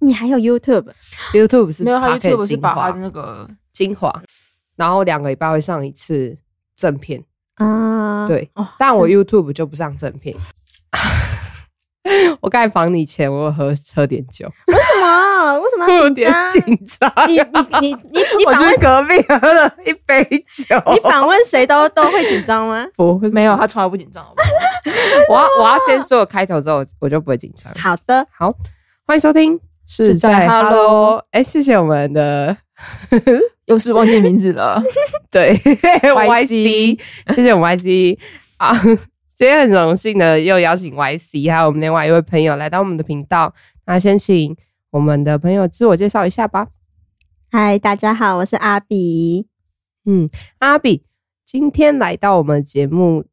你还有 YouTube， YouTube 是没有，他 Pocket YouTube 是精把他华的那 个精华，然后两个礼拜会上一次正片，啊，对哦，但我真 YouTube 就不上正片。 我刚才访你前，我有喝喝点酒，什么？为什么我要有紧点张？紧张。你你你你 你 我访去问隔壁喝了一杯酒。你 访问谁都都会紧张吗？不是没有，哦他从来不紧张。好不好我要我要先说我开头之后，我就不会紧张。好的，好，欢迎收听，是在 Hello。哎、谢谢我们的 又是忘记名字了，对 YC，谢谢我们 YC 啊。今天很荣幸的又邀请 YC 还有我们另外一位朋友来到我们的频道。那先请我们的朋友自我介绍一下吧。嗨，大家好，我是阿比。嗯，阿比今天来到我们节目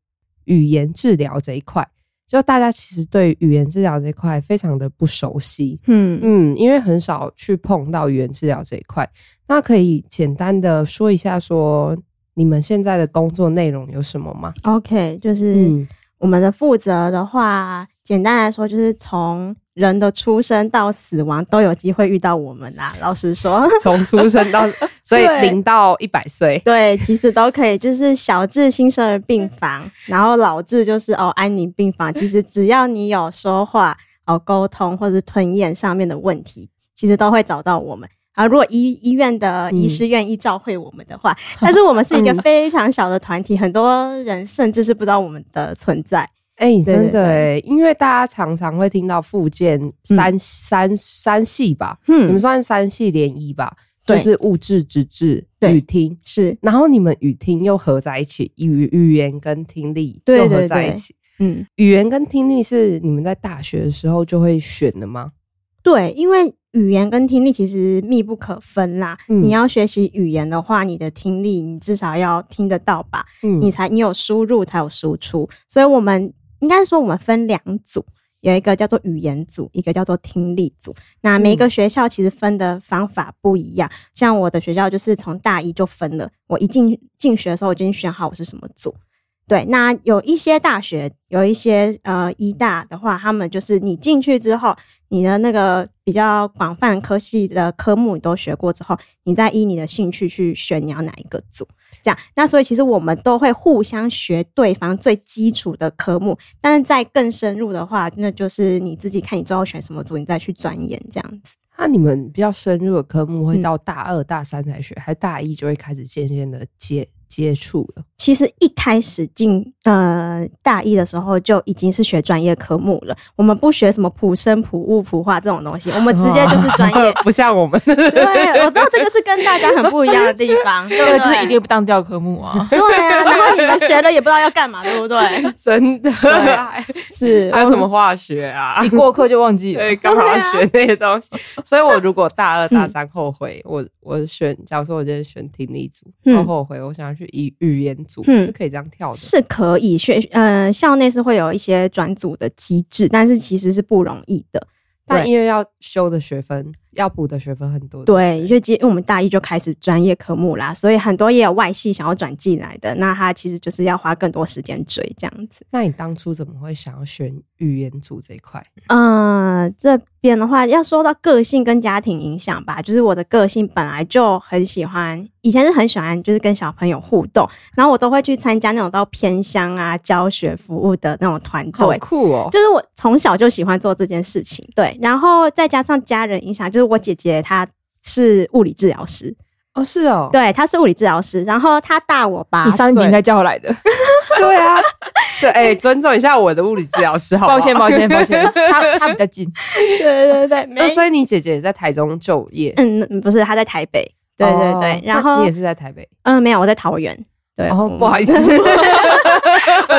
语言治疗这一块，就大家其实对语言治疗这一块非常的不熟悉。嗯嗯，因为很少去碰到语言治疗这一块，那可以简单的说一下说你们现在的工作内容有什么吗？ ，OK，就是嗯我们的负责的话，简单来说就是从人的出生到死亡都有机会遇到我们啦。老实说， 从出 生到，所以对零到一百岁，对，其实都可以，就是小至新生儿病房，然后老至就是哦安宁病房。其实只要你有说话、哦沟通或是吞咽上面的问题，其实都会找到我们。啊，如果医医院的医师愿意照会我们的话，但是我们是一个非常小的团体，很多人甚至是不知道我们的存在。哎、真的对哎、因为大家常常会听到复健三、三三系吧，你们嗯，算三系联谊吧，就对是物质、直至、对语听，是，然后你们语听又合在一起，语语言跟听力对又合对在一对起。嗯，语言跟听力是你们在大学的时候就会选的吗？对，因为语言跟听力其实密不可分啦。嗯你要学习语言的话，你的听力你至少要听得到吧？嗯你才你有输入才有输出，所以我们应该说我们分两组，有一个叫做语言组，一个叫做听力组。那每一个学校其实分的方法不一样，像我的学校就是从大一就分了，我一进进学的时候我就已经选好我是什么组。对，那有一些大学，有一些呃医大的话，他们就是你进去之后，你的那个比较广泛科系的科目你都学过之后，你再依你的兴趣去选你要哪一个组。这样。那所以其实我们都会互相学对方最基础的科目，但是再更深入的话，那就是你自己看你最后选什么组，你再去钻研这样子。那你们比较深入的科目会到大二、大三才学，还是大一就会开始渐渐的接接触了？其实一开始进呃大一的时候就已经是学专业科目了，我们不学什么普生、普物、普化这种东西，我们直接就是专业。不像我们。对，我知道这个是跟大家很不一样的地方，对 对，啊不就是对？一定不当掉科目啊。对啊，然后你们学了也不知道要干嘛，对不对？ 真的，还是有什么化学啊 一？过课就忘记了，对，干嘛要学那些东西？所以我如果大二、大三后悔，我我选，假如说我今天选听力组，嗯我后悔，我想要去语语言组，嗯是可以这样跳的。是可以学，呃，校内是会有一些转组的机制，但是其实是不容易的。但对因为要修的学分、要补的学分很多，对，就接因为我们大一就开始专业科目啦，所以很多也有外系想要转进来的，那他其实就是要花更多时间追这样子。那你当初怎么会想要选语言组这一块？嗯、这边的话要说到个性跟家庭影响吧，就是我的个性本来就很喜欢，以前是很喜欢就是跟小朋友互动，然后我都会去参加那种到偏乡啊教学服务的那种团队，酷哦！就是我从小就喜欢做这件事情，对，然后再加上家人影响，就是我姐姐她是物理治疗师，哦，是哦，对，她是物理治疗师，然后她大我八你上一集应岁，该叫我来的，对啊，对，哎，尊重一下我的物理治疗师，好不好抱歉，抱歉，抱 歉，他他比较近， 对对对，没那，所以你姐姐也在台中就业，嗯，不是，她在台北，对对对，哦然那后你也是在台北，嗯，没有，我在桃园，对，嗯哦，不好意 意思，思， 我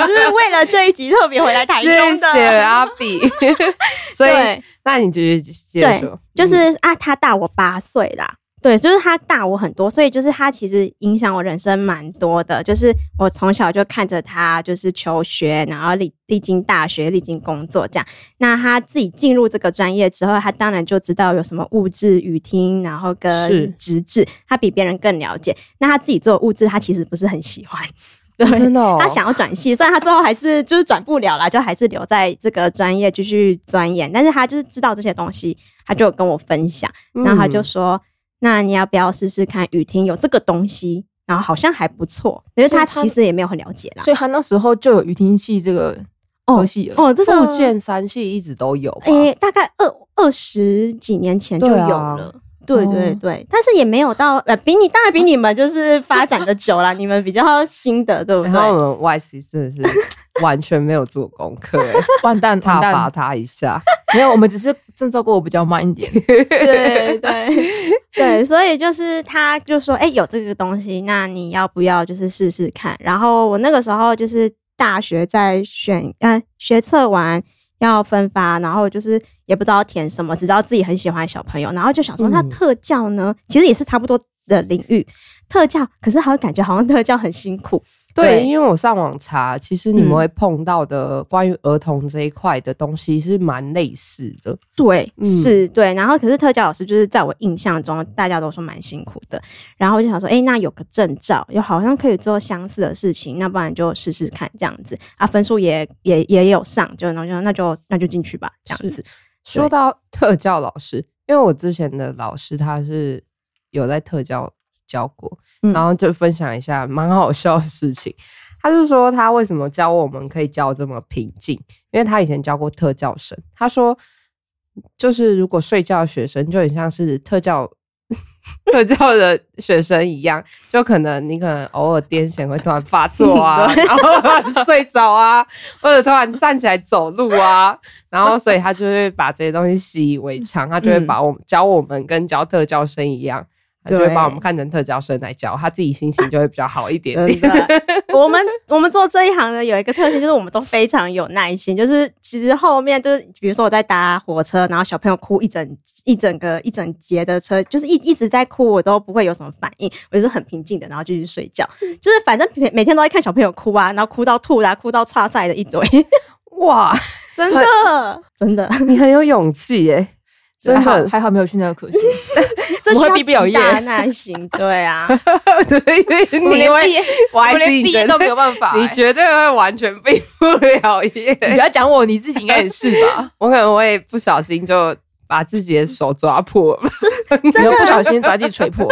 就是为了这一集特别回来台中的，谢谢阿 比。所以，对，那你姐姐接着说，就是啊，他大我八岁啦。对，就是他大我很多，所以就是他其实影响我人生蛮多的。就是我从小就看着他，就是求学，然后历历经大学，历经工作这样。那他自己进入这个专业之后，他当然就知道有什么物质、语听，然后是跟直质，他比别人更了解。那他自己做物质，他其实不是很喜欢。 对，真的哦他想要转系，虽然他最后还是就是转不了啦，就还是留在这个专业继续钻研，但是他就是知道这些东西，他就有跟我分享，嗯然后他就说：“那你要不要试试看雨听有这个东西？”然后好像还不错，因为所以他他其实也没有很了解啦。 所以他那时候就有语听系这个科系了。哦，这个附件三系一直都有吧？诶、大概二二十几年前就有对啊了。对对哦对，但是也没有到呃，比你当然比你们就是发展的久 啦，你们比较新的，对不对然？后我们 YC 真的是 完全没有做功 课、欸，完蛋，完挞伐蛋，他一下。没有，我们只是证照过我比较慢一点。对对对，所以就是他就说，哎、有这个东西，那你要不要就是试试看？然后我那个时候就是大学在选，呃，学测完要分发，然后就是也不知道填什么，只知道自己很喜欢小朋友，然后就想说，嗯那特教呢，其实也是差不多的领域，特教，可是好像感觉好像特教很辛苦，对，对因为我上网查，其实你们嗯会碰到的关于儿童这一块的东西是蛮类似的。对，嗯是，对。然后可是特教老师就是在我印象中，大家都说蛮辛苦的。然后我就想说，诶，那有个证照，又好像可以做相似的事情，那不然就试试看这样子啊，分数也也也有上，就然后就说那就那就进去吧，这样子。说到 特教老师，因为我之前的老师他是有在特教教过，嗯然后就分享一下蛮好笑的事情。他是说他为什么教我们可以教这么平静，因为他以前教过特教生，他说就是如果睡觉的学生就很像是特教。 特教的学生一样，就可能你可能偶尔癫痫会突然发作啊，然后睡着啊，或者突然站起来走路啊，然后所以他就会把这些东西习以为常，他就会把我们、教我们跟教特教生一样，他就会对把我们看成特教生来教，他自己心情就会比较好一点真点。的，我们我们做这一行的有一个特性，就是我们都非常有耐心。就是其实后面就是，比如说我在搭火车，然后小朋友哭一整一整个一整节的车，就是一一直在哭，我都不会有什么反应，我就是很平静的，然后继续睡觉。就是反正每每天都在看小朋友哭啊，然后哭到吐啦、哭到岔赛的一堆，哇，真的真的，你很有勇气耶、真还好的，还好没有去那个 科系。 这需我要会毕不了极业大的耐心。对啊， 对，因为你我会连毕业，我还我是连毕业都没有办法、你欸绝对会完全毕不了业。你不要讲我，你自己应该也是 吧？我可能会不小心就把自己的手抓破了。真的不小心把自己 锤破，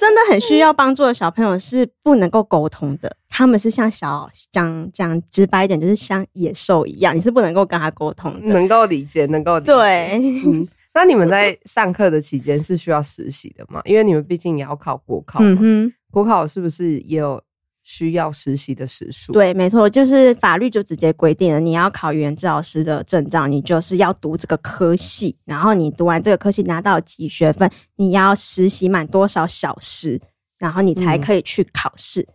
真的很需要帮助的小朋友是不能够沟通的，他们是像小讲讲直白一点，就是像野兽一样，你是不能够跟他沟通的。 能够理解，能够嗯理解。对， 嗯，那你们在上课的期间是需要实习的吗？因为你们毕竟也要考国考嘛，嗯哼，国考是不是也有需要实习的时数？，对，没错，就是法律就直接规定了，你要考语言治疗师的证照，你就是要读这个科系，然后你读完这个科系拿到几学分，你要实习满多少小时，然后你才嗯可以去考试。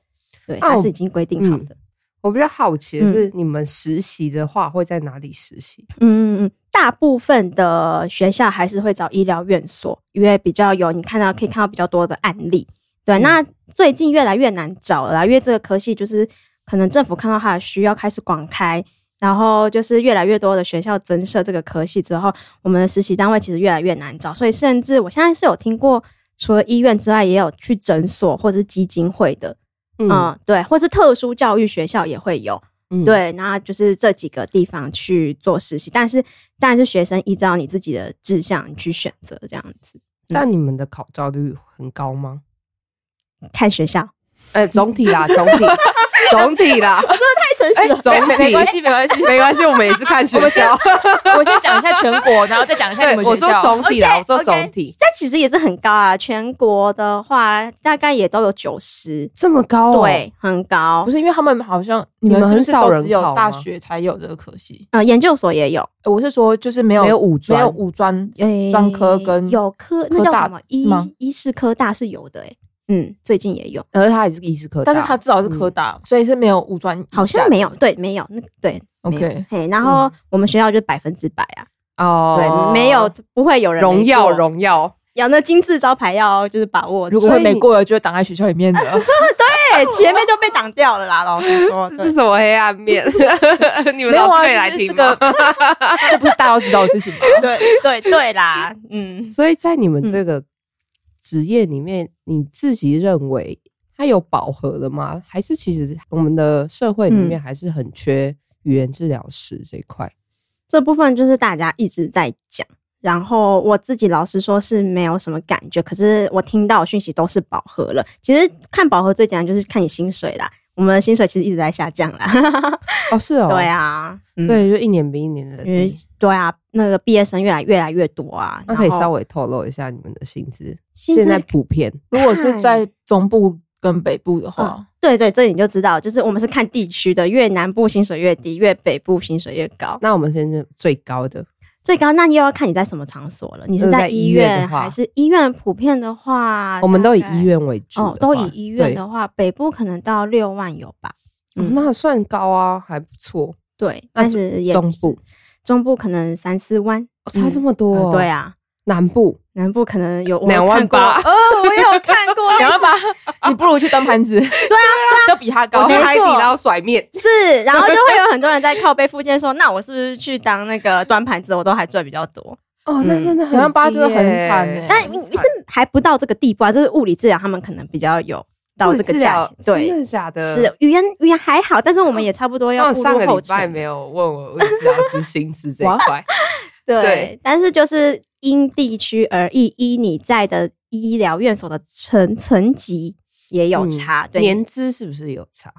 对，啊它我是已经规定好的。我比较好奇嗯的是，你们实习的话会在哪里实习？嗯，嗯嗯，大部分的学校还是会找医疗院所，因为比较有你看到可以看到比较多的案例。对，嗯那最近越来越难找了啦，因为这个科系就是可能政府看到它的需要开始广开，然后就是越来越多的学校增设这个科系之后，我们的实习单位其实越来越难找，所以甚至我现在是有听过，除了医院之外，也有去诊所或者是基金会的，嗯啊嗯，对，或是特殊教育学校也会有。嗯，对，那就是这几个地方去做实习，但是当然是学生依照你自己的志向去选择这样子，嗯但你们的考照率很高吗？看学校。呃，总体啦，总体， 总体 啦，太诚哎，总没没体没关系，没关系。没关系，我们也是看学校。我先讲一下全国，然后再讲一下对你，们我学说校。总体啦，我说 OK，OK 总体但其实也是很高啊，全国的话大概也都有九十、这么高哦，对，很高不。是因为他们好像你们是不是很少都人只有考吗大学才有这个科系？呃，研究所也有，呃我是说，就是没有没有五专没有五专诶专科跟有科，那科叫大什么？医是吗医师科大是有的、诶，嗯，最近也有，而是他也是医师科大，但是他至少是科大，嗯所以是没有五专以下的，好像没有，对，没有，那个对没有 OK 嘿，然后我们学校就百分之百啊，哦对，，没有不会有人没荣耀过荣耀。有那金字招牌要就是把握住，如果所会以没过了，就会挡在学校里面的。对前面就被挡掉了啦。老实 说，这是什么黑暗面？ 你们没有老啊师可以来就是听这个吗？ 这不是大家都知道的事情吗？对对对啦，嗯，所以在你们这个职业里面，你自己认为它有饱和了吗？还是其实我们的社会里面还是很缺语言治疗师这一块？这部分就是大家一直在讲，然后我自己老实说是没有什么感觉，可是我听到讯息都是饱和了。其实看饱和最简单就是看你薪水啦，我们的薪水其实一直在下降啦。哦，是 哦，对，啊，嗯、对，就一年比一年的因为低。对啊，那个毕业生越来越来越多啊，嗯那可以然后稍微透露一下你们的薪资？薪资现在普遍如果是在中部跟北部的话，对对，这你就知道，就是我们是看地区的，越南部薪水越低，越北部薪水越高。那我们现在最高的最高那又要看你在什么场所了，你就是是呃在在医医院院的话还是医院？普遍的话，我们都以大概医院为主哦，的都话以医院对的话，北部可能到六万有吧？哦嗯那算高啊，还不错。对，那但是也中部中部可能三四万，哦差这嗯么多哦、呃对啊，南部南部可能有我两有万看过 八哦，我有看 过两万八，你不如去端盘子，对啊，就比他高，我觉得对还没错甩面，是，然后就会有很多人在靠背附件说，那我是不是去当那个端盘子，我都还赚比较多？哦，那嗯真的很两万八低真的很耶惨哎但是还不到这个地步啊，就是物理治疗他们可能比较有到这个价钱，物理治疗啊真对。的假的？是语言语言还好，但是我们也差不多因为要我步上个入后礼期。拜没有问我物理治疗师薪资这一块，对对，但是就是因地区而异，依你在的医疗院所的层层级也有差，对，嗯年资是不是有差？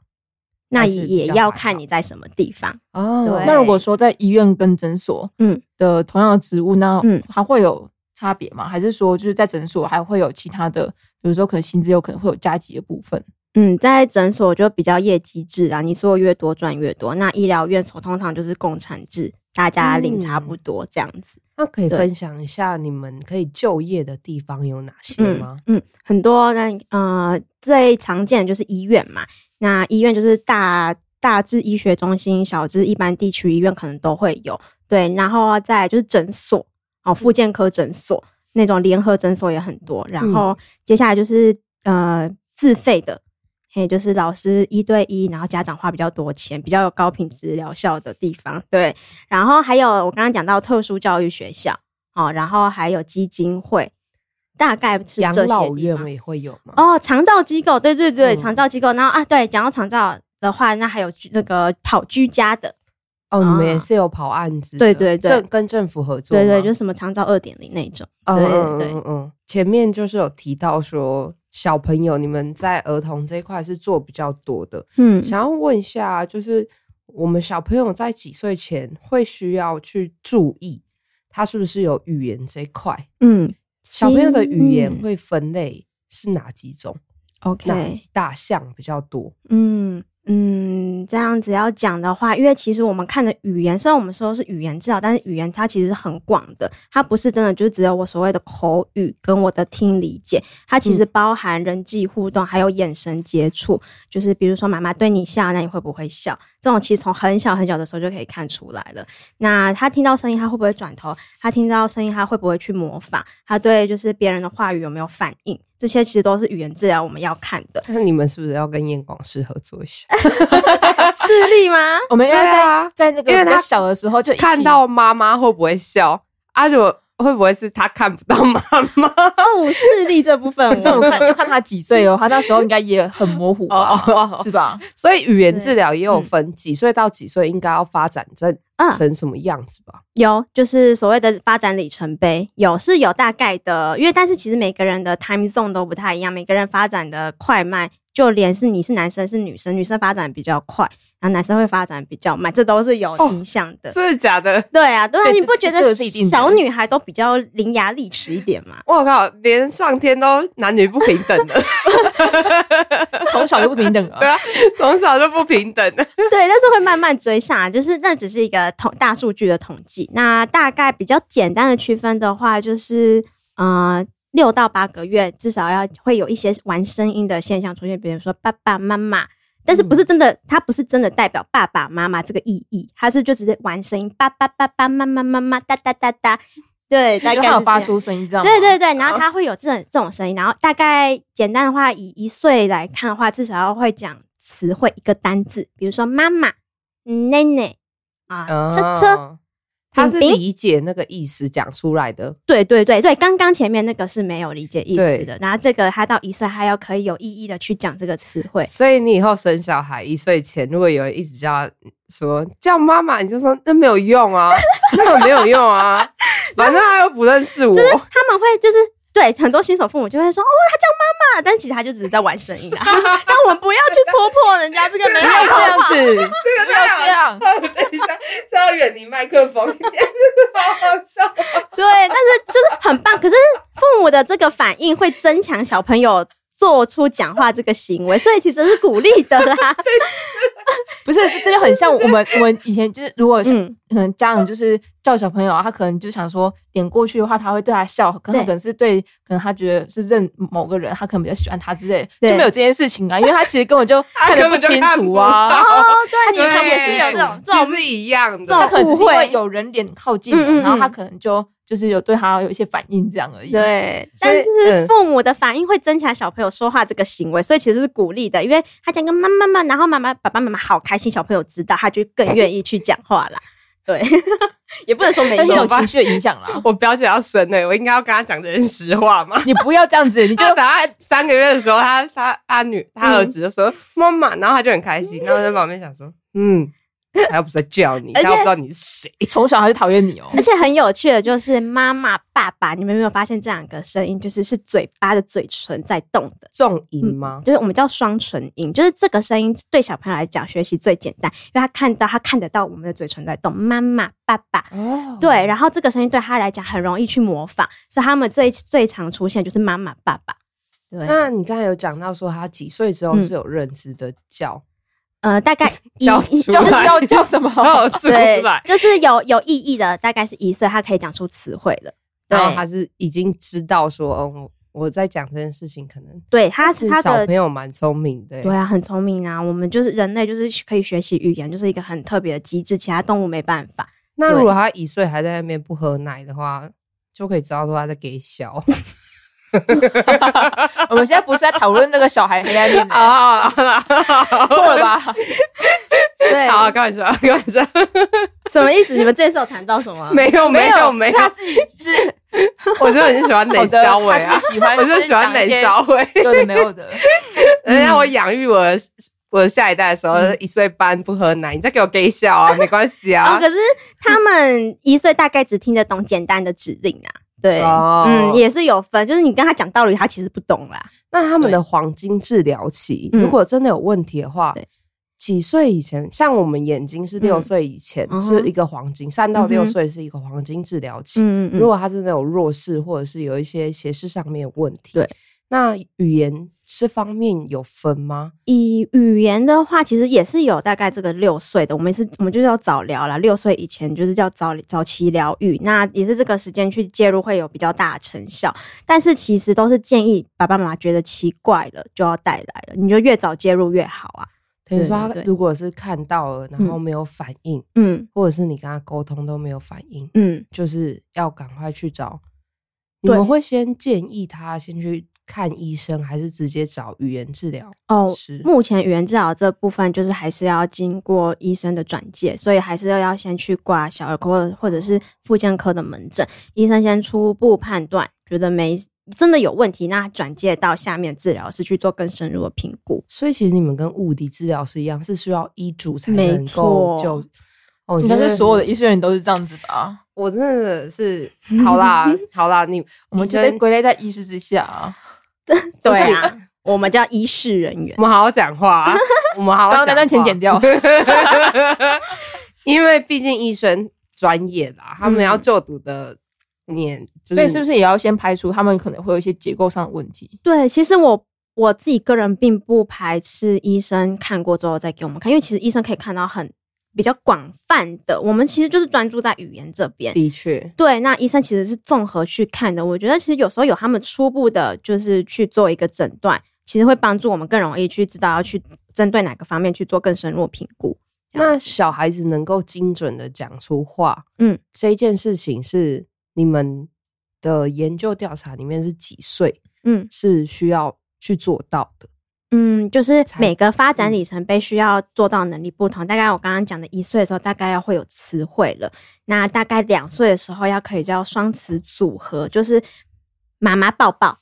那还是比也较要还看好你在什么地方。哦对那如果说在医院跟诊所，嗯嗯的同样的职务，那嗯还会有差别吗？还是说就是在诊所还会有其他的，比如说可能薪资有可能会有加急的部分？嗯，在诊所就比较业绩制啊，你做越多赚越多。那医疗院所通常就是共产制，大家领嗯差不多这样子。那可以对分享一下你们可以就业的地方有哪些嗯吗？嗯，很多那呃最常见的就是医院嘛，那医院就是大大至医学中心，小至一般地区医院可能都会有。对，然后再来就是诊所哦，复健科诊所那种联合诊所也很多。然后接下来就是呃自费的。还有就是老师一对一，然后家长花比较多钱，比较有高品质疗效的地方，对。然后还有我刚刚讲到特殊教育学校，哦，然后还有基金会，大概是养这些老地院方。也会有吗？哦，长照机构，对对对，嗯长照机构。然后啊，对，讲到长照的话，那还有居那个跑居家的，哦，你们也啊是有跑案子的，对对对政跟政府合作吗，对对，就是什么长照二点零那种。嗯嗯对对嗯嗯，前面就是有提到说小朋友，你们在儿童这一块是做比较多的，嗯想要问一下，就是我们小朋友在几岁前会需要去注意，他是不是有语言这一块？嗯小朋友的语言嗯会分类是哪几种？哪，OK，几大项比较多？嗯嗯，这样子要讲的话，因为其实我们看的语言，虽然我们说是语言治疗，但是语言它其实是很广的，它不是真的就只有我所谓的口语跟我的听理解，它其实包含人际互动，还有眼神接触，就是比如说妈妈对你笑，那你会不会笑？这种其实从很小很小的时候就可以看出来了。那他听到声音，他会不会转头？他听到声音，他会不会去模仿？他对就是别人的话语有没有反应？这些其实都是语言治疗我们要看的但是你们是不是要跟燕广师合作一下？ 视力吗？我们要对在、啊在那个因为比较他小的时候就一起看到妈妈会不会笑？阿九会不会是他看不到妈妈？哦，视力这部 分哦所以我我 们看要看他几岁哦，他那时候应该也很模糊吧，哦是吧？所以语言对治疗也有分几岁到几岁应该要发展成嗯成什么样子吧？有就是所谓的发展里程碑，有是有大概的，因为但是其实每个人的 time zone 都不太一样，每个人发展的快慢，就连是你是男生是女生，女生发展比较快，然后男生会发展比较慢，这都是有影响的。 真的假的？对啊，对啊，哦对你这不觉这得个是一定的小女孩都比较伶牙俐齿一点吗？我靠，连上天都男女不平等 了，从小就不平等啊。对啊，从小就不平等了。 对，但是会慢慢追上来，就是那只是一个统大数据的统计。那大概比较简单的区分的话，就是呃六到八个月至少要会有一些玩声音的现象出现，比如说爸爸妈妈。但是不嗯是真的，它不是真的代表爸爸妈妈这个意义，它是就只是玩声音，爸爸爸爸妈妈妈妈哒哒哒哒，对，大就概他是有发这样出声音这样吗，对对对，然后它会有这种这种声音，然后大概简单的话，以一岁来看的话，至少要会讲词啊哦汇一个单字，比如说妈妈、嗯奶奶啊、车车，他是饼饼理解那个意思讲出来的，对对对对，刚刚前面那个是没有理解意对思的，然后这个他到一岁，他要可以有意义的去讲这个词汇。所以你以后生小孩一岁前，如果有人一直叫他说叫妈妈，你就说那没有用啊， 那个没有用 啊，反正他又不认识我，就是他们会就是对很多新手父母就会说哦，他叫妈妈，但其实他就只是在玩声音啊。 但我们不要去戳破人家这个美没有好的这样子，这不要这 样。等一下，是要远离麦克风一点，是好好笑。 对，但是就是很棒。可是父母的这个反应会增强小朋友做出讲话这个行为，所以其实是鼓励的 啦。不是，这就很像我们我们以前就是，如果是嗯，可能家长就是叫小朋友啊，他可能就想说点过去的话，他会对他笑，可能对他可能是对，可能他觉得是认某个人，他可能比较喜欢他之类的，对就没有这件事情啊，因为他其实根本就他看根得本就清看不楚啊，到哦，对，其实他们也也是有这种这其种实是一样这种他的。可能只是因误为会有人脸靠近了，嗯嗯嗯然后他可能就就是有对他有一些反应这样而已。，对，所但以是嗯。父母的反应会增强小朋友说话这个行为，所以其实是鼓励的，因为他讲跟妈妈妈，然后妈妈爸爸妈妈好开心，小朋友知道，他就更愿意去讲话啦。对， 也不能说没相信有有吧情。绪的影响啦我表姐要生欸呢、我应该要跟她讲这件实话 吗？你不要这样子，你 就就等她三个月的时候，她她她女她儿子就说妈妈，然后她就很开 心，然后在旁边想说，嗯，她又不是在叫 你，她而且又不知道你是谁，从小他就讨厌 你哦。而且很有趣的就是妈妈、爸爸，你们有没有发现这两个声音就是是嘴巴的嘴唇在动的？重音吗？就是我们叫双唇音，就是这个声音对小朋友来讲学习最简单，因为他看到他看得到我们的嘴唇在动，妈妈、爸爸，哦，对，然后这个声音对他来讲很容易去模仿，所以他们最最常出现就是妈妈、爸爸。对，嗯那你刚才有讲到说他几岁之后嗯是有认知的叫，呃，大概一 叫一出叫来叫叫 什么？哦，出对来，，就是有有意义的，大概是一岁，他可以讲出词汇了。对然，后他是已经知道说，嗯，我在讲这件事情，可能对，他是他小的朋友蛮聪明的欸，对啊，很聪明啊。我们就是人类，就是可以学习语言，就是一个很特别的机制，其他动物没办法。那对如果他一岁还在那边不喝奶的话，就可以知道说他在给小我们现在不是在讨论那个小孩黑 暗面， 啊，错了吧？ 对好，开玩笑，开玩笑，什么意思？你们这次有谈到什么？ 没有没有有，没是有，他自 己是我真的很喜欢好奶的，小伟他啊自，己喜 欢，我就就喜欢奶小 伟。有的没有的，人家我养育我的我的下一代的时候，一岁半不喝奶，你再给我给小啊，没关系哦，啊。可是他们一岁大概只听得懂简单的指令啊。对，哦嗯，也是有分，就是你跟他讲道理，他其实不懂啦。那他们的黄金治疗期，嗯如果真的有问题的话对，几岁以前？像我们眼睛是六嗯岁以前嗯哼是一个黄金，三到六嗯哼岁是一个黄金治疗期。嗯如果他真的有弱势，或者是有一些斜视上面有问题，对，那语言这方面有分吗？以语言的话，其实也是有大概这个六岁的，我们是，我们就是要早疗啦，六岁以前就是叫早早期疗愈，那也是这个时间去介入会有比较大的成效。但是其实都是建议爸爸妈妈觉得奇怪了就要带来了，你就越早介入越好啊。等于说，对他对如果是看到了，然后没有反应，嗯或者是你跟他沟通都没有反应，嗯，就是要赶快去找。你对们会先建议他先去看医生，还是直接找语言治疗哦，师？目前语言治疗这部分就是还是要经过医生的转介，所以还是要要先去挂小儿科或者是复健科的门诊，医生先初步判断，觉得没真的有问题，那转介到下面治疗师去做更深入的评估。所以其实你们跟物理治疗师一样，是需要医嘱才没能够错就。哦，应该真是的所有的医生人都是这样子吧？我真的是好 啦，好啦，你我们医就被生归类在医师之下啊。都是对啊，我们叫医事人员我。们好好讲话 啊，我们好好刚讲话刚那段钱 剪掉，因为毕竟医生专业啦，他们要就读的年，就嗯所以是不是也要先排除他们可能会有一些结构上的问题？对，其实我我自己个人并不排斥医生看过之后再给我们看，因为其实医生可以看到很比较广泛的，我们其实就是专注在语言这边。的确，对，那医生其实是综合去看的。我觉得其实有时候有他们初步的，就是去做一个诊断，其实会帮助我们更容易去知道要去针对哪个方面去做更深入的评估。这样那小孩子能够精准的讲出话，嗯，这件事情是你们的研究调查里面是几岁嗯，是需要去做到的？嗯，就是才每个发展里程碑需要做到能力不同。大概我刚刚讲的，一岁的时候大概要会有词汇了，那大概两岁的时候要可以叫双词组合，就是妈妈抱抱，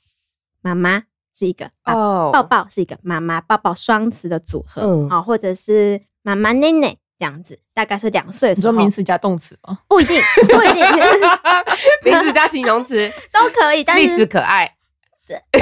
妈妈是一个，爸爸哦抱抱是一个，妈妈抱抱双词的组合，嗯哦，或者是妈妈奶奶这样子，大概是两岁的你时说候，名词加动词吗？不一定，不一定 名字加形容词，都可以， 但例子是、可爱。 呃、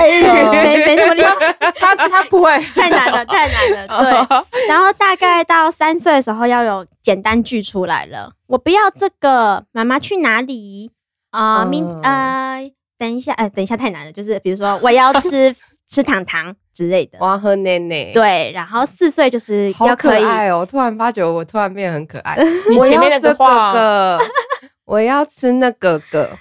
没没什么力， 他他不会， 太难了，太难哦了，对。然后大概到三岁的时候要有简单句出来了。我不要这个，妈妈去哪里？啊、嗯明呃，等一下，呃，等一下太难了，就是比如说 我要吃吃糖糖之类的。 我要喝奶奶。。对，然后四岁就是哦好要可可以，爱哦！突然发觉我突然变得很可 爱。你我前要面那这个话个，我要吃那个 个。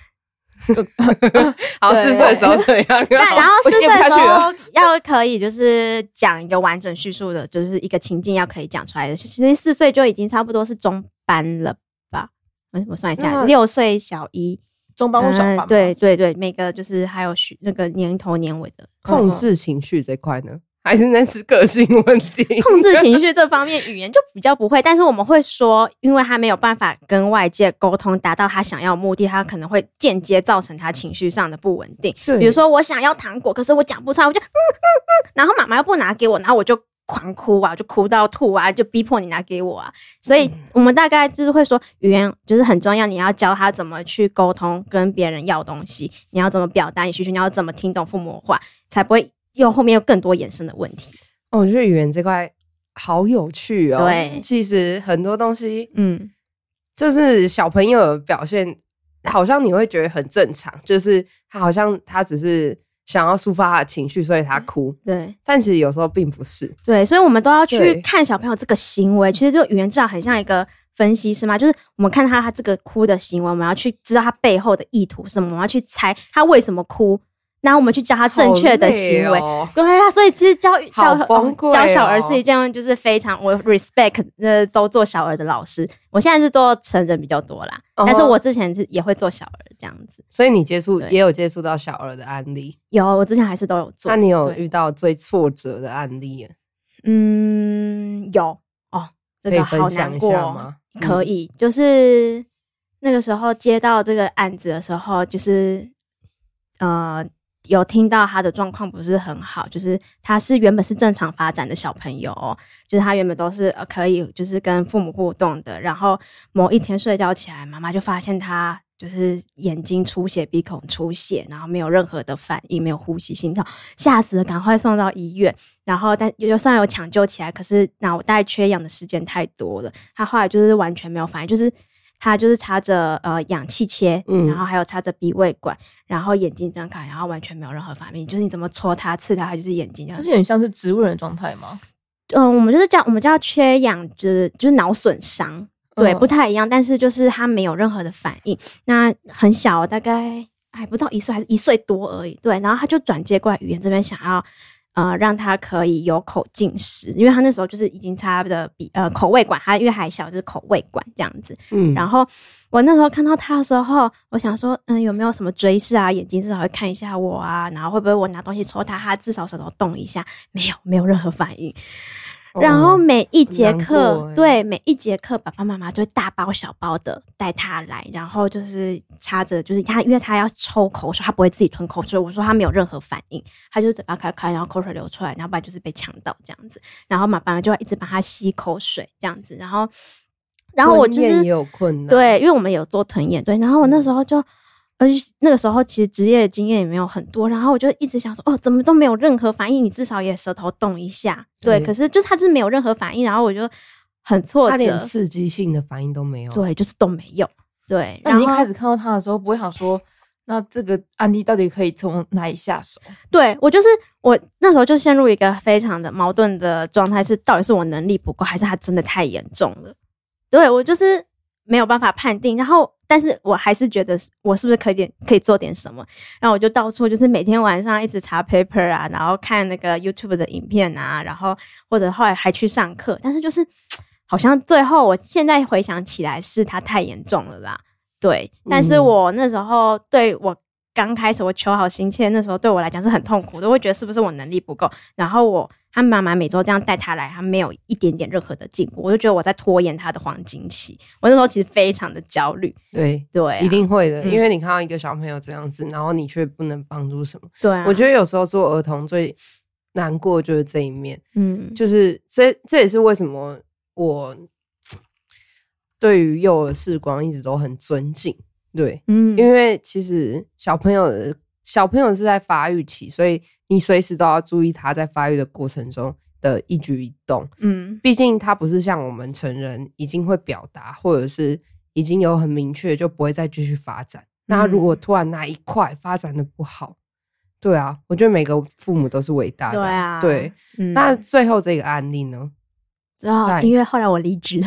好，四岁的时候这样。但然后啊我四岁接不下的时去候嗯要可以就是讲一个完整叙述的，就是一个情境要可以讲出来的。其实四岁就已经差不多是中班了吧？我我算一下，嗯六岁小一，中班或小呃班、嗯对，对对，每个就是还有许那个年头年尾的嗯控制情绪这块呢，还是那是个性问题。 控制情绪这方面，语言就比较不会。但是我们会说，因为他没有办法跟外界沟通，达到他想要的目的，他可能会间接造成他情绪上的不稳定。对比如说，我想要糖果，可是我讲不出来，我就嗯嗯嗯，然后妈妈又不拿给我，然后我就。狂哭啊，就哭到吐啊，就逼迫你拿给我啊。所以，我们大概就是会说，语言就是很重要，你要教他怎么去沟通，跟别人要东西，你要怎么表达你需求，你要怎么听懂父母的话，才不会又后面有更多衍生的问题。哦，我觉得语言这块好有趣哦。对其实很多东西嗯，就是小朋友的表现，好像你会觉得很正常，就是他好像他只是想要抒发他的情绪，所以嗯他哭，对。但其实有时候并不是。对，所以我们都要对去看小朋友这个行为。其实就语言治疗很像一个分析师嘛，就是我们看他他这个哭的行为，我们要去知道他背后的意图是什么，我们要去猜他为什么哭，然后我们去教他正确的行为。好累哦对啊，所以其实教小好崩溃哦教小儿是一件就是非常我 respect 呃都做小儿的老师，我现在是做成人比较多啦，嗯哼但是我之前是也会做小儿这样子，所以你接触对也有接触到小儿的案例，有我之前还是都有做那，你有对遇到最挫折的案例，啊嗯，有哦，这可以个好分享难一过下哦。吗？可以，就是那个时候接到这个案子的时候，就是呃有听到他的状况不是很好，就是他是原本是正常发展的小朋友哦、就是他原本都是呃可以就是跟父母互动的，然后某一天睡觉起来，妈妈就发现他。就是眼睛出血、鼻孔出血，然后没有任何的反应，没有呼吸、心跳，吓死了，赶快送到医院。然后但就算有抢救起来，可是脑袋缺氧的时间太多了，他后来就是完全没有反应，就是他就是插着呃氧气切，嗯然后还有插着鼻胃管，然后眼睛睁开，然后完全没有任何反应，就是你怎么戳他、刺他，他就是眼睛这样它是很像是植物人的状态吗？嗯，我们就是叫我们叫缺氧，就是就是脑损伤，对，嗯不太一样，但是就是他没有任何的反应，那很小哦，大概还不到一岁，还是一岁多而已，对，然后他就转接过来语言这边想要。呃，让他可以有口进食，因为他那时候就是已经插的鼻呃口胃管，他因为还小，就是口胃管这样子。嗯，然后我那时候看到他的时候，我想说，嗯，有没有什么追视啊？眼睛至少会看一下我啊，然后会不会我拿东西戳他，他至少舌头动一下？没有，没有任何反应。然后每一节哦难课，过欸对每一节课，爸爸妈妈就会大包小包的带他来，然后就是插着，就是他，因为他要抽口水，他不会自己吞口水。我说他没有任何反应，他就是嘴巴开开，然后口水流出来，然后不然就是被呛到这样子。然后妈妈就会一直帮他吸口水这样子，然后，然后我就吞咽是也有困难，，对，因为我们有做臀演，对。然后我嗯那时候就，呃，那个时候其实职业经验也没有很多，然后我就一直想说，哦，怎么都没有任何反应，你至少也舌头动一下，对。对可是就是他就是没有任何反应，然后我就很挫他连折，刺激性的反应都没有，对，就是都没有，对。那然你一后开始看到他的时候，不会想说，那这个案例到底可以从哪里下手？对我就是我那时候就陷入一个非常的矛盾的状态，是到底是我能力不够，还是他真的太严重了？对我就是没有办法判定，然后但是我还是觉得我是不是可以点可以做点什么，然后我就到处就是每天晚上一直查 paper 啊，然后看那个 YouTube 的影片啊，然后或者后来还去上课，但是就是好像最后我现在回想起来是他太严重了啦，对，但是嗯我那时候对我刚开始我求好心切，那时候对我来讲是很痛苦的，我会觉得是不是我能力不够。然后我他妈妈每周这样带他来，他没有一点点任何的进步，我就觉得我在拖延他的黄金期。我那时候其实非常的焦虑，对，对啊、一定会的，嗯因为你看到一个小朋友这样子，然后你却不能帮助什么。对啊，我觉得有时候做儿童最难过就是这一面，嗯，就是这这也是为什么我对于幼儿视光一直都很尊敬。对，嗯因为其实小朋友的小朋友是在发育期，所以你随时都要注意他在发育的过程中的一举一动。嗯毕竟他不是像我们成人已经会表达，或者是已经有很明确，就不会再继续发展。那他嗯如果突然哪一块发展的不好，对啊，我觉得每个父母都是伟大的。对啊，对。嗯，那最后这个案例呢？之后在因为后来我离职了，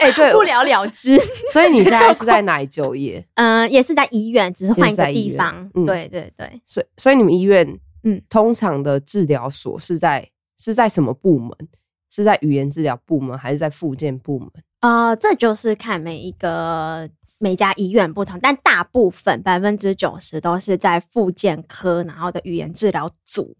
哎、对，不了了之。所以你现在是在哪里就业？ 嗯，也是在医院，只是换一个也是在医地院方。嗯对对对，所以所以你们医院，嗯嗯，通常的治疗所是在是在什么部门？是在语言治疗部门，还是在复健部门？呃，这就是看每一个每家医院不同，但大部分百分之九十都是在复健科，然后的语言治疗组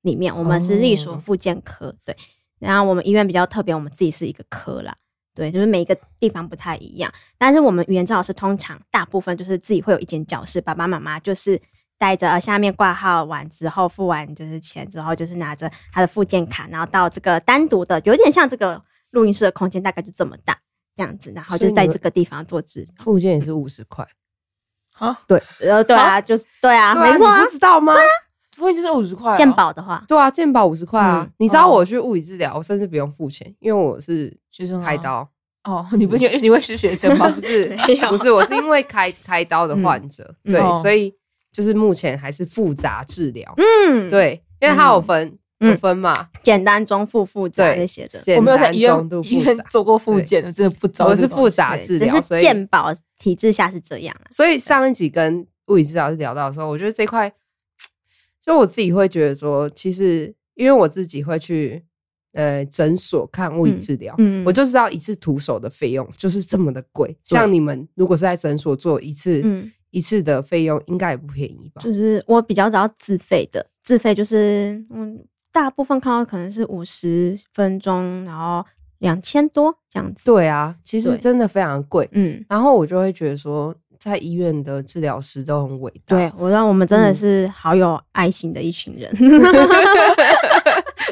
里面，我们是隶属哦复健科。对，然后我们医院比较特别，我们自己是一个科啦。对，就是每一个地方不太一样，但是我们语言治疗师通常大部分就是自己会有一间教室，爸爸妈妈就是带着呃下面挂号完之后付完就是钱之后，就是拿着他的附件卡，然后到这个单独的，有点像这个录音室的空间，大概就这么大这样子，然后所以就你在们这个地方做治疗。复健也是五十块，啊，对，呃，对啊，就是对啊，对啊没错你啊不，知道吗？附近就是五十块哦健，保的话，对啊，健保五十块啊！嗯你知道我去物理治疗，我甚至不用付钱，因为我是学生啊开刀，啊哦，你不是因为因为是学生吗 不？是嗯 没有不是，我是因为开开刀的患者，嗯对，嗯哦所以就是目前还是复杂治疗，嗯，，对，因为它有分、嗯有分嘛，简单中复复杂对这些的，我简没有在单、医院中度、医复院杂，做过复健的，真的不知道我这是东西。复杂对啊治只疗，是所以健保体制下是这样啊。所以上一集跟物理治疗师聊到的时候，我觉得这块，就我自己会觉得说，其实因为我自己会去呃诊所看物理治疗，嗯我就知道一次徒手的费用就是这么的贵。像你们如果是在诊所做一次，嗯一次的费用应该也不便宜吧？就是我比较早自费的，自费就是嗯，大部分看到可能是五十分钟，然后两千多这样子。对啊，其实对真的非常贵。嗯，然后我就会觉得说，在医院的治疗师都很伟大，对，我啊让我们真的嗯是好有爱心的一群 人，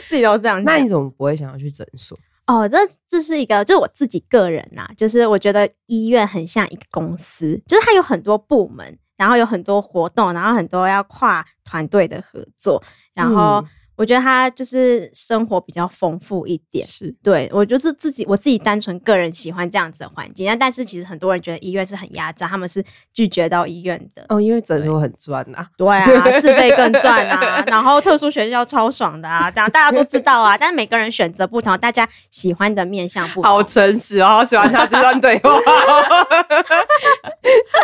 自己都这样讲。那你怎么不会想要去诊所？哦，这这是一个，就是我自己个人呐、就是我觉得医院很像一个公司，就是它有很多部门，然后有很多活动，然后很多要跨团队的合作，然后嗯我觉得它就是生活比较丰富一点。是对我就是自己，我自己单纯个人喜欢这样子的环境，那但是其实很多人觉得医院是很压榨，他们是拒绝到医院的。哦，因为诊所很赚啊。对 啊，自费更赚啊，然后特殊学校超爽的啊，这样大家都知道啊。但是每个人选择不同，大家喜欢的面向不同。好诚实哦，好喜欢他这段对话。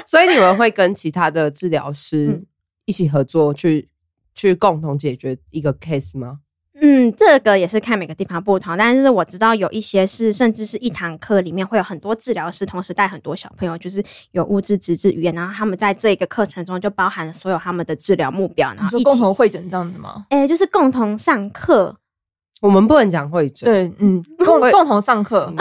所以你们会跟其他的治疗师嗯一起合作去，去共同解决一个 case 吗？嗯，这个也是看每个地方不同，但是我知道有一些是，甚至是一堂课里面会有很多治疗师同时带很多小朋友，就是有物质、直至语言，然后他们在这个课程中就包含了所有他们的治疗目标，然你后说一共起，同会诊这样子吗？哎、就是共同上课，我们不能讲会诊，对，嗯， 共会共同上课嗯，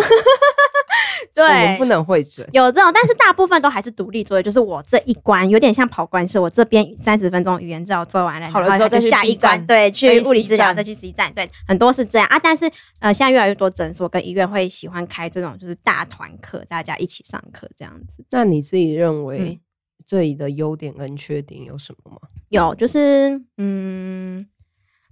对，我们不能会诊。有这种，但是大部分都还是独立作业，就是我这一关有点像跑官司，我这边三十分钟语言治疗做完了，好了然之后他再就去下 B 一关，站对，去再去物理 C 治疗，站再去 C 站，对，很多是这样啊。但是呃，现在越来越多诊所跟医院会喜欢开这种就是大团课，大家一起上课这样子。那你自己认为这里的优点跟缺点有什么吗？有，就是嗯，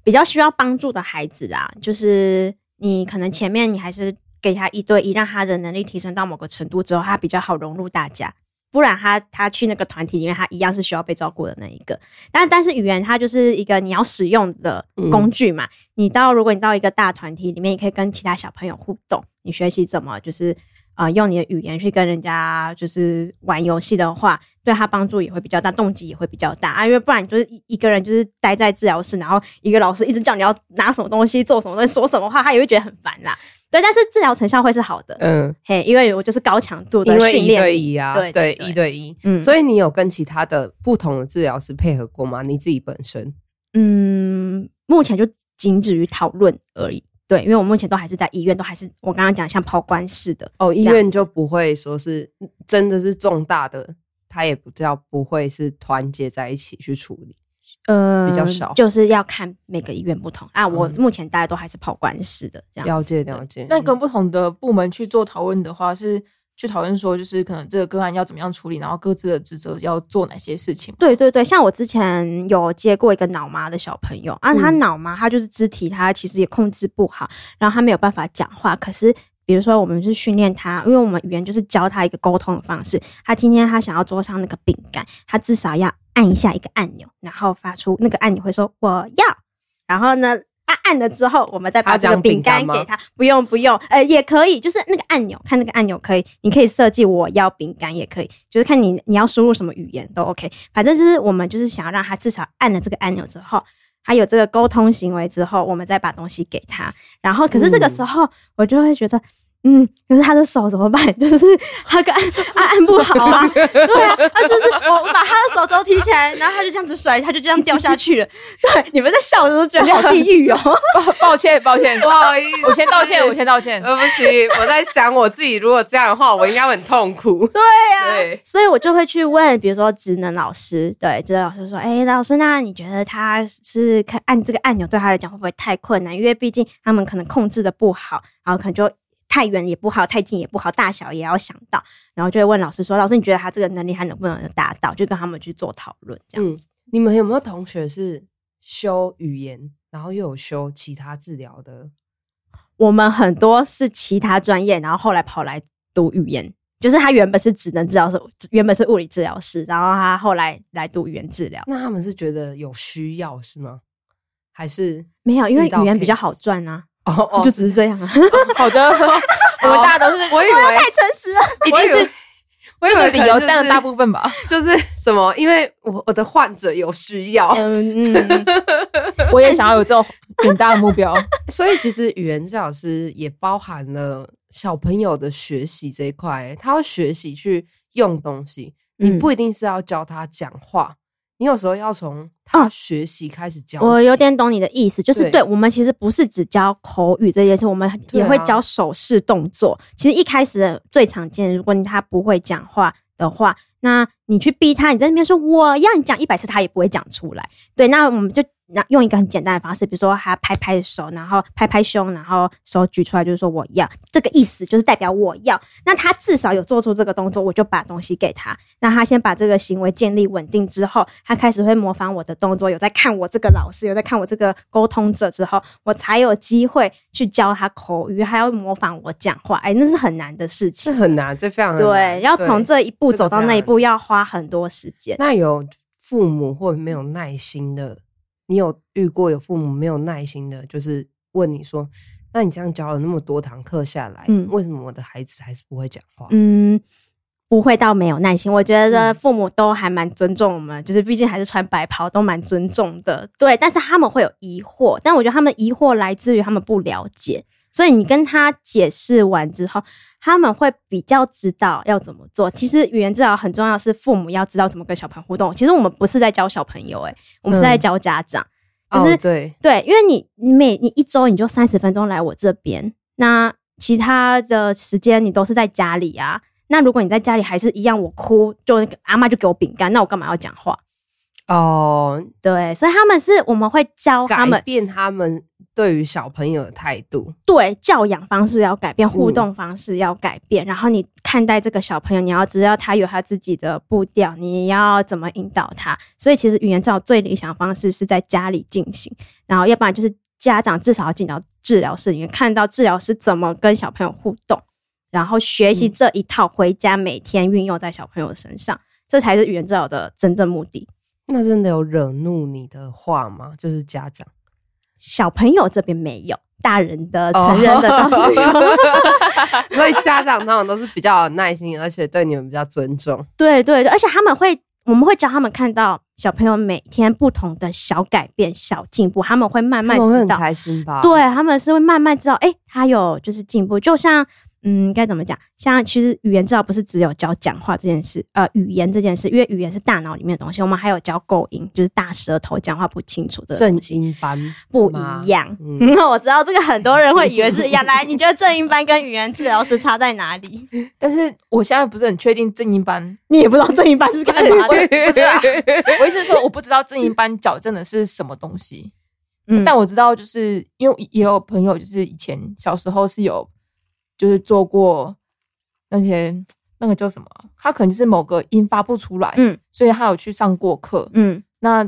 比较需要帮助的孩子啊，就是你可能前面你还是给他一对一，让他的能力提升到某个程度之后，他比较好融入大家。不然他他去那个团体里面，他一样是需要被照顾的那一个。但但是语言它就是一个你要使用的工具嘛。你到如果你到一个大团体里面，你可以跟其他小朋友互动，你学习怎么就是呃用你的语言去跟人家就是玩游戏的话，对他帮助也会比较大，动机也会比较大啊。因为不然你就是一一个人就是待在治疗室，然后一个老师一直叫你要拿什么东西、做什么东西、说什么话，他也会觉得很烦啦。对，但是治疗成效会是好的，嗯，嘿，因为我就是高强度因的为训一练对你一啊，对对对对一对一。嗯所以你有跟其他的不同的治疗师配合过吗？你自己本身，嗯，目前就仅止于讨论而已。对，因为我目前都还是在医院，都还是我刚刚讲像抛棺式的，哦，医这样院就不会说是嗯真的是重大的，他也不叫不会是团结在一起去处理。呃，比较少就是要看每个医院不同啊。我嗯目前大家都还是抛棺式的这样。了解了解，嗯那跟不同的部门去做讨论的话，是去讨论说，就是可能这个个案要怎么样处理，然后各自的职责要做哪些事情。对对对，像我之前有接过一个脑麻的小朋友啊，他嗯脑麻，他就是肢体他其实也控制不好，然后他没有办法讲话，可是。比如说，我们是训练他，因为我们语言就是教他一个沟通的方式。他今天他想要桌上那个饼干，他至少要按一下一个按钮，然后发出那个按钮会说“我要”，然后呢，他按了之后，我们再他把这个讲饼饼干干吗给他。不用不用，呃，也可以，就是那个按钮，看那个按钮可以，你可以设计我要饼干也可以，就是看你你要输入什么语言都 OK。反正就是我们就是想要让他至少按了这个按钮之后，他有这个沟通行为之后，我们再把东西给他。然后，可是这个时候我就会觉得。嗯，可是他的手怎么办？ 就是他个按按按不好啊，对啊，他就是我我把他的手肘提起来，然后他就这样子甩，他就这样掉下去了。 对，你们在笑的时候觉得好地狱哦。 抱抱歉，抱歉，不好意思，我先道歉，我先道 歉。 对不起，我在想我自己如果这样的话，我应该很痛苦。对呀、啊对，所以我就会去问，比如说职能老师，对，职能老师说，哎、老师，那你觉得他是看按这个按钮对他来讲会不会太困难？因为毕竟他们可能控制的不好，然后可能就太远也不好，太近也不好，大小也要想到，然后就会问老师说，老师，你觉得他这个能力还能不能达到？就跟他们去做讨论，这样。嗯， 你们有没有同学是修语言，然后又有修其他治疗的？我们很多是其他专业，然后后来跑来读语言。就是他原本是职能治疗师，原本是物理治疗师，然后他后来来读语言治疗。那他们是觉得有需要是吗？还是没有，因为遇到语言比较 case 好赚啊，哦哦就只是这样啊。好 的，我们大家都是，我以为太诚实了。一我定以为是这个理由占了大部分，分吧。就是什么？因为我我的患者有需要，嗯嗯， 我也想要有这种远大的目标。所以其实语言治疗师也包含了小朋友的学习这一块、他要学习去用东西，你嗯不一定是要教他讲话，你有时候要从他哦学习开始教、我有，点懂你的意思，就是对对我们其实不是只教口语这件事，我们对也啊会教手势动作。其实一开始最常见，如果他不会讲话的话，那你去逼他，你在那边说我要你讲一百次，他也不会讲出来。对，那我们就那用一个很简单的方式，比如说他拍拍手，然后拍拍胸，然后手举出来，就是说我要这个意思，就是代表我要。那他至少有做出这个动作，我就把东西给他。那他先把这个行为建立稳定之后，他开始会模仿我的动作，有在看我这个老师，有在看我这个沟通者之后，我才有机会去教他口语，还要模仿我讲话。哎，那是很难的事这情。很难，这非常很难对，要从。这一步这个走到非常那一步，要花很多时间。那有父母或者没有耐心的，你有遇过有父母没有耐心的，就是问你说，那你这样教了那么多堂课下来，嗯为什么我的孩子还是不会讲话？嗯，不会到没有耐心。我觉得嗯父母都还蛮尊重我们，就是毕竟还是穿白袍，都蛮尊重的。对，但是他们会有疑惑，但我觉得他们疑惑来自于他们不了解，所以你跟他解释完之后，他们会比较知道要怎么做。其实语言治疗很重要，是父母要知道怎么跟小朋友互动。其实我们不是在教小朋友、欸，我们是在嗯教家长，就是哦、对，对，因为你你每你一周你就三十分钟来我这边，那其他的时间你都是在家里啊。那如果你在家里还是一样，我哭就阿妈就给我饼干，那我干嘛要讲话？嗯哦，对，所以他们是我们会教他改们变哦他们对于小朋友的态度。对教养方式要改变，互动方式要改变，然后你看待这个小朋友，你要知道他有他自己的步调，你要怎么引导他。所以其实语言治疗最理想的方式是在家里进行，然后要不然就是家长至少要进到治疗室里面，看到治疗师怎么跟小朋友互动，然后学习这一套回家每天运用在小朋友身上，这才是语言治疗的真正目的。那真的有惹怒你的话吗？就是家长，小朋友这边没有，大人的呃成人的哦倒是有。 所以家长那种都是比较有耐心，而且对你们比较尊重。对对对，而且他们会我们会教他们看到小朋友每天不同的小改变、小进步，他们会慢慢他们会知很道，开心吧？对，他们是会慢慢知道，哎、他有就是进步，就像。嗯，该怎么讲？像其实语言治疗不是只有教讲话这件事，呃，语言这件事，因为语言是大脑里面的东西，我们还有教构音，就是大舌头讲话不清楚这个正东西经班不吗一样。 嗯我知道这个很多人会以为是一样。来，你觉得正音班跟语言治疗师差在哪里？但是我现在不是很确定正音 班，你也不知道正音班是干 嘛 的。不是啊我意思是说我不知道正音班矫正的是什么东西，嗯但我知道就是因为也有朋友就是以前小时候是有就是做过那些那个叫什么啊，他可能就是某个音发不出来，嗯所以他有去上过课，嗯，那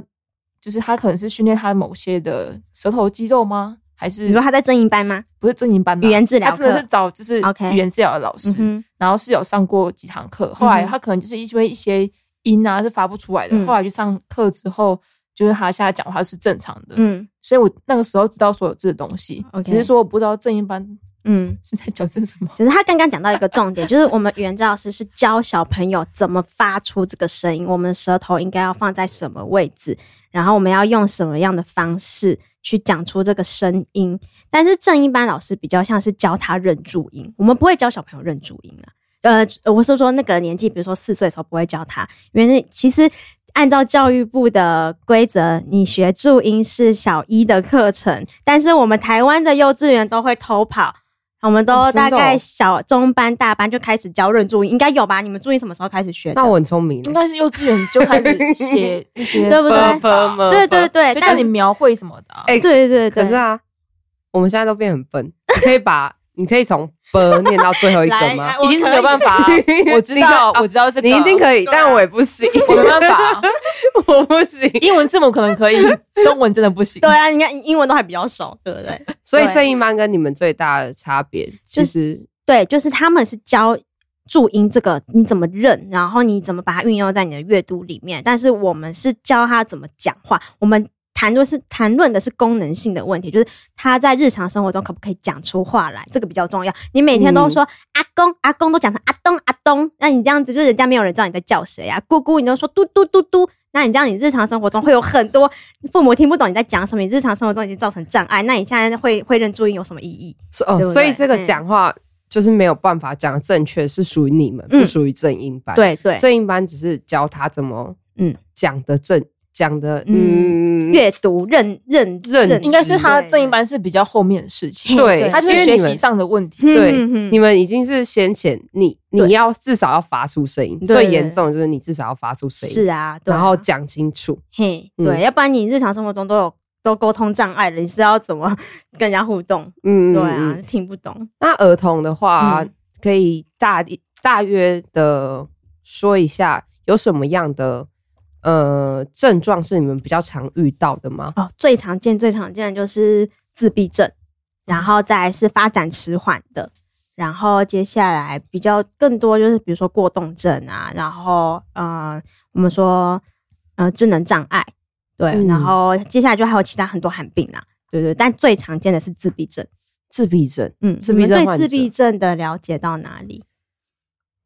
就是他可能是训练他某些的舌头肌肉吗？还是你说他在正音班吗？不是正音班、啊、语言治疗他真的课是找就是 OK 语言治疗的老师嗯哼，然后是有上过几堂课，后来他可能就是因为一些音啊是发不出来的，嗯后来去上课之后，就是他现在讲话是正常的，嗯所以我那个时候知道所有这东西 OK 只是说我不知道正音班嗯，是在矫正什么。就是他刚刚讲到一个重点，就是我们语言治疗师是教小朋友怎么发出这个声音，我们的舌头应该要放在什么位置，然后我们要用什么样的方式去讲出这个声音。但是正音班老师比较像是教他认注音，我们不会教小朋友认注音啊。呃，我是说那个年纪，比如说四岁的时候不会教他，因为其实按照教育部的规则，你学注音是小一的课程，但是我们台湾的幼稚园都会偷跑，我们哦都真的大哦概小中班、大班就开始教认注音，应该有吧？你们注音什么时候开始学的？那我很聪明欸应的，该是幼稚园就开始写那些，对不对分分嘛对对对，就叫但你描绘什么的、啊。哎对对对，可是啊，我们现在都变很笨，你可以把你可以从 b 念到最后一个来吗来？一定是没有办法啊、我知道，我知道这个，你一定以，可以，对但啊我也不行， 我没办法啊、 我不行。英文字母可能可以，中文真的 不行。对啊，你看英文都还比较熟，对不对？所以对正义班跟你们最大的差别，其就是实对，就是他们是教注音这个你怎么认，然后你怎么把它运用在你的阅读里面，但是我们是教他怎么讲话，我们。谈论是谈论的是功能性的问题，就是他在日常生活中可不可以讲出话来，这个比较重要。你每嗯天都说、阿公阿公都讲成阿东阿东，那你这样子就人家没有人知道你在叫谁啊。姑姑你都说嘟嘟嘟嘟，那你这样你日常生活中会有很多父母听不懂你在讲什么，你日常生活中已经造成障碍，那你现在会会认注音有什么意义？是哦对不，对所以这个嗯讲话就是没有办法讲得正确，是属于你们，嗯不属于正音班。，对对，正音班只是教他怎么嗯讲的正讲的嗯嗯阅读认认认认应该是他对正音班是比较后面的事 情，对他就因是为学你习们上的问题。对嗯嗯你们已经是先前你对你要至少要发出声音，对最严重就是你至少要发出声音，是啊，对啊然后讲清楚。嘿，嗯对，要不然你日常生活中都有都沟通障碍了，你是要怎么跟人家互动？嗯，对嗯啊，嗯听不懂。那儿童的话嗯，可以大大约的说一下有什么样的呃症状是你们比较常遇到的吗？哦，最常见、最常见的就是自闭症，然后再来是发展迟缓的，然后接下来比较更多就是比如说过动症啊，然后呃，我们说呃智能障碍，对，嗯然后接下来就还有其他很多罕病啦、啊对对，但最常见的是自闭症。自闭症，嗯，自闭症你们患对自者闭症的了解到哪里？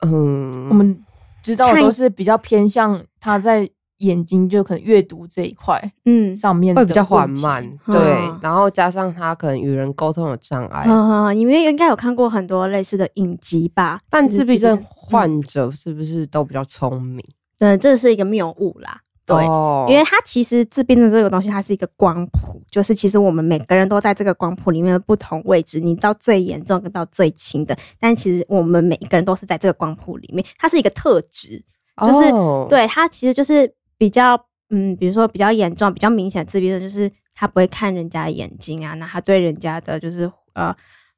嗯，我们知道的看都是比较偏向他在眼睛就可能阅读这一块嗯，上面的会比较缓问题慢，嗯对，然后加上他可能与人沟通有障碍，嗯，你们应该有看过很多类似的影集吧？但就是自闭症患者是不是都比较聪明？嗯，这是一个谬误啦。对，哦因为它其实自闭症这个东西，它是一个光谱，就是其实我们每个人都在这个光谱里面的不同位置，你到最严重跟到最轻的，但其实我们每一个人都是在这个光谱里面，它是一个特质，就是哦，对，它其实就是比较，嗯，比如说比较严重、比较明显的自闭症，就是他不会看人家的眼睛啊，那他对人家的就是呃